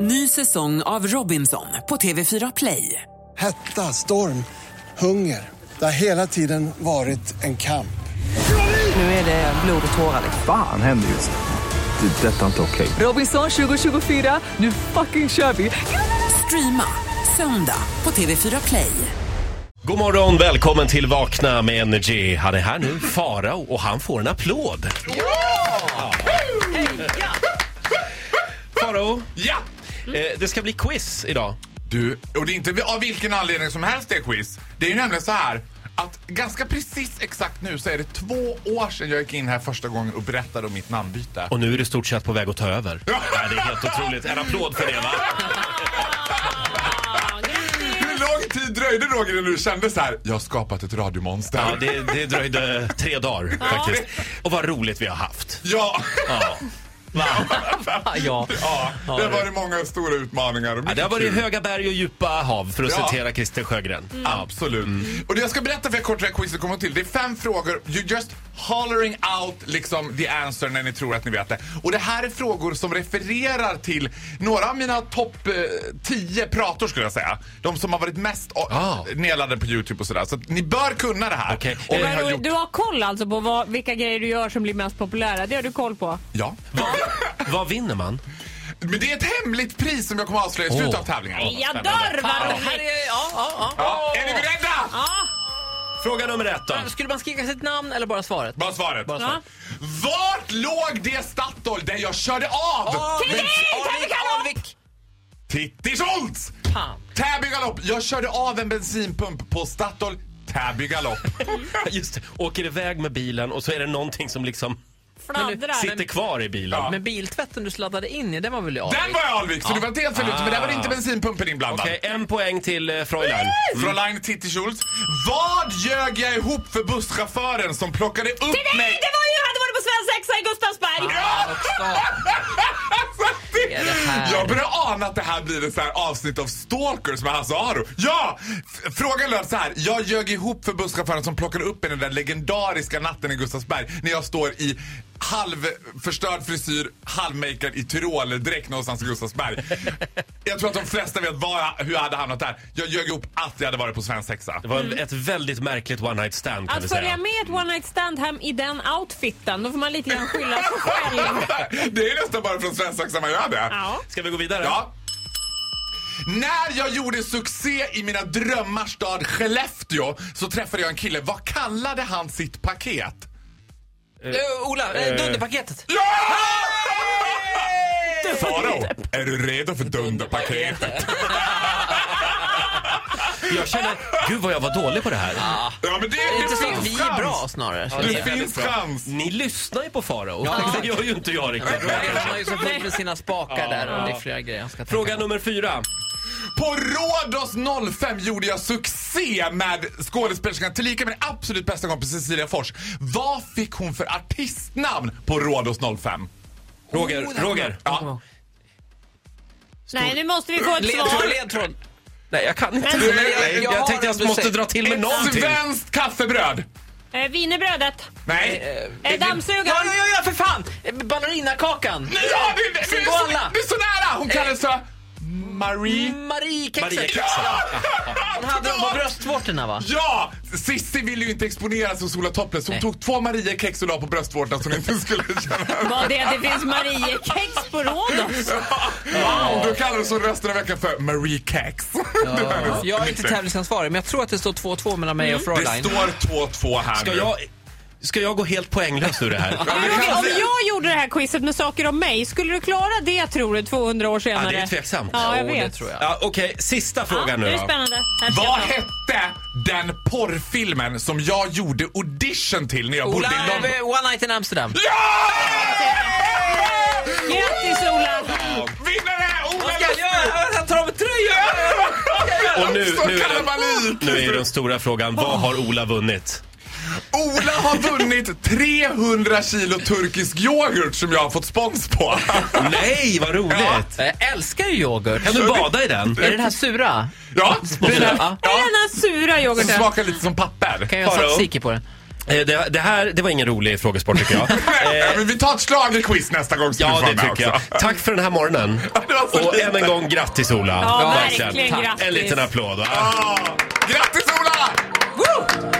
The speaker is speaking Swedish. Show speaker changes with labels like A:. A: Ny säsong av Robinson på TV4 Play.
B: Hetta, storm, hunger. Det har hela tiden varit en kamp.
A: Nu är det blod och tårar.
C: Fan händer just nu. Det. är Detta är inte okej.
A: Robinson 2024, nu fucking kör vi! Streama söndag på TV4 Play.
D: God morgon, välkommen till Vakna med Energy. Han är här nu, Farao, och han får en applåd. Ja! Farao,
E: Ja!
D: eh, det ska bli quiz idag.
E: Du, och det är inte av vilken anledning som helst det är quiz. Det är ju nämligen så här att ganska precis exakt nu så är det två år sedan jag gick in här första gången och berättade om mitt namnbyte.
D: Och nu är det stort sett på väg att ta över. Ja. Det är helt otroligt. En applåd för det, va?
E: Hur lång tid dröjde det, Roger innan du kände så här, jag har skapat ett radiomonster?
D: Ja, det, det dröjde tre dagar faktiskt. Och vad roligt vi har haft.
E: Ja.
D: Ja. Va? Ja.
E: Ja, det har varit många stora utmaningar. Och
D: Ja, det har
E: mycket
D: varit
E: kul.
D: höga berg och djupa hav, för att
E: Ja.
D: citera Christer Sjögren. Ja.
E: Absolut. Och det jag ska berätta för er kort det här quizet kommer till. Det är fem frågor. You just hollering out liksom the answer när ni tror att ni vet det. Och det här är frågor som refererar till några av mina topp eh, 10 prator skulle jag säga. De som har varit mest o-
D: Ah.
E: nedladdade på Youtube och sådär. Så att ni bör kunna det här.
D: Okej.
E: Om ni
D: Men
E: har
F: Du,
E: gjort...
F: du har koll alltså på vad, vilka grejer du gör som blir mest populära? Det har du koll på?
E: Ja.
D: Vad vinner man?
E: Men det är ett hemligt pris som jag kommer att avslöja i slutet
D: Åh.
E: av tävlingen.
F: Jag dör vad roligt!
E: Ja. Är ni beredda?
D: Fråga nummer ett då.
G: Skulle man skriva sitt namn eller bara svaret?
E: Bara svaret.
F: Ja.
E: Vart låg det Statoil där jag körde av?
F: Titti! Täby galopp!
G: Alvik!
E: Titti Schultz!
G: Fan.
E: Täby galopp! Jag körde av en bensinpump på Statoil Täby galopp.
D: Just det. Åker iväg med bilen och så är det någonting som liksom
F: Fladdrar.
D: sitter kvar i bilen.
E: Ja.
G: Men biltvätten du sladdade in i, den var väl i
E: Den
G: Alvik?
E: var i Alvik, så du var helt fel ute. Men där var det inte
G: Ah.
E: bensinpumpen inblandad.
D: Okej, en poäng till eh, Fräulein.
E: Fräulein Titti Schultz. Vad ljög jag ihop för busschauffören som plockade upp mig?
F: Nej, det var ju, hade varit på svensexa i Gustavsberg!
E: Ja!
G: är det här?
E: Jag börjar ana att det här blir ett så här avsnitt av Stalkers med Hasse Aro. Ja! F- Frågan löd så här. Jag ljög ihop för busschauffören som plockade upp en den där legendariska natten i Gustavsberg när jag står i halvförstörd frisyr, halvmakead i tyroldräkt någonstans i Gustavsberg. jag tror att de flesta vet var, hur jag hade hamnat där. Jag ljög ihop att jag hade varit på svensexa.
D: Det var en- ett väldigt märkligt one night stand kan vi
F: Att följa
D: säga.
F: med ett one night stand hem i den outfiten, då får man lite grann skylla sig själv.
E: det är nästan bara från svensexa man gör det.
F: Ja.
D: Ska vi gå vidare?
E: Ja. När jag gjorde succé i mina drömmars stad Skellefteå så träffade jag en kille. Vad kallade han sitt paket?
G: Eh, Ola, eh, Dunderpaketet!
E: Ja! Faro, är du redo för dunderpaketet?
D: Jag känner, gud vad jag var dålig på det här.
E: Ja, men det,
G: Det är inte
E: det
G: så,
E: finns
G: vi är bra
E: chans.
G: snarare.
E: Det
G: Ja,
E: finns chans.
D: Ni lyssnar ju på Farao. Det gör ju inte jag riktigt.
G: Han har ju så fullt med sina spakar där och det är flera grejer han ska tänka
D: Fråga
G: på.
D: nummer fyra.
E: På Rhodos 05 gjorde jag succé med skådespelerskan tillika min absolut bästa kompis Cecilia Fors. Vad fick hon för artistnamn på Rhodos 05?
D: Roger,
F: Oh,
D: Roger.
E: Ja.
F: Nej, nu måste vi få ett
G: Ledtråd,
F: svar.
G: ledtråd!
D: Nej, jag kan inte.
G: Men-
D: Nej,
G: Jag
D: jag
G: har
D: tänkte jag
G: den du
D: måste
G: säger.
D: dra till med
E: Ett
D: någonting.
E: Svenskt kaffebröd.
F: Eh, Wienerbrödet.
E: Nej.
F: Eh,
G: Ja,
F: Dammsugaren.
G: ja, ja, för fan! Eh, Ballerinakakan!
E: Nej, ja, det, det, det, är så,
G: Singoalla!
E: det är så nära! Hon kallades för Marie...
D: Maria
G: Mariekexet!
D: Kexet.
G: Hon hade dem på bröstvårtorna va?
E: Ja! Sissi ville ju inte exponeras hos Ola Topples. Hon
G: Nej.
E: tog två Mariekex och la på bröstvårtan så hon inte skulle känna...
F: Vad det är, det finns Mariekex på Rhodos.
E: Wow. Då kallades hon resten av veckan för Marie Kex. Det var hennes
G: Jag är inte
E: nickname.
G: tävlingsansvarig men jag tror att det står 2-2 mellan mig och
E: Det
G: Fräulein.
E: står 2-2 här
D: Ska
E: nu.
D: jag, ska jag gå helt poänglös ur det här?
E: Ja, det
F: Roger,
E: kan-
F: om jag gjorde det här quizet med saker om mig, skulle du klara det tror du 200 år senare?
D: Ja, det är tveksamt.
F: Ja, jag
G: Jo, det
F: vet.
G: tror jag.
D: Ja, Okej, sista
F: Ja,
D: frågan
F: nu
D: nu
F: är det
D: då.
F: spännande. Här ska
E: Vad
F: jag ta.
E: hette den porrfilmen som jag gjorde audition till när jag
G: Ola,
E: bodde i London?
G: eh, One Night in Amsterdam.
E: Ja!
F: Grattis Ola!
E: Vinnare! Ola
G: Vad ska jag göra? Jag tar av mig tröjan!
D: Och nu,
E: Så
D: nu, är den,
E: kalabalik.
D: nu är den stora frågan, vad har Ola vunnit?
E: Ola har vunnit 300 kilo turkisk yoghurt som jag har fått spons på.
D: Nej, vad roligt!
G: Jag älskar ju yoghurt.
D: Kan du bada i den?
G: Är det den här sura?
E: Ja,
G: Den här-
E: ja.
F: Är den här sura
E: Den
F: yoghurten?
E: smakar lite som papper.
G: Kan jag göra
D: Faro?
G: tzatziki på den?
D: Eh, Det, det här det var ingen rolig frågesport tycker jag. Eh,
E: Ja, Eh. men vi tar ett schlagerquiz nästa gång ska du
D: Ja, det
E: få vara med
D: tycker jag.
E: också.
D: Tack för den här morgonen.
E: Det var så
D: Och
E: lite.
D: än en gång grattis Ola.
F: Ja,
D: Verkligen.
F: verkligen grattis.
D: En liten applåd. va?
E: Ja. Grattis Ola!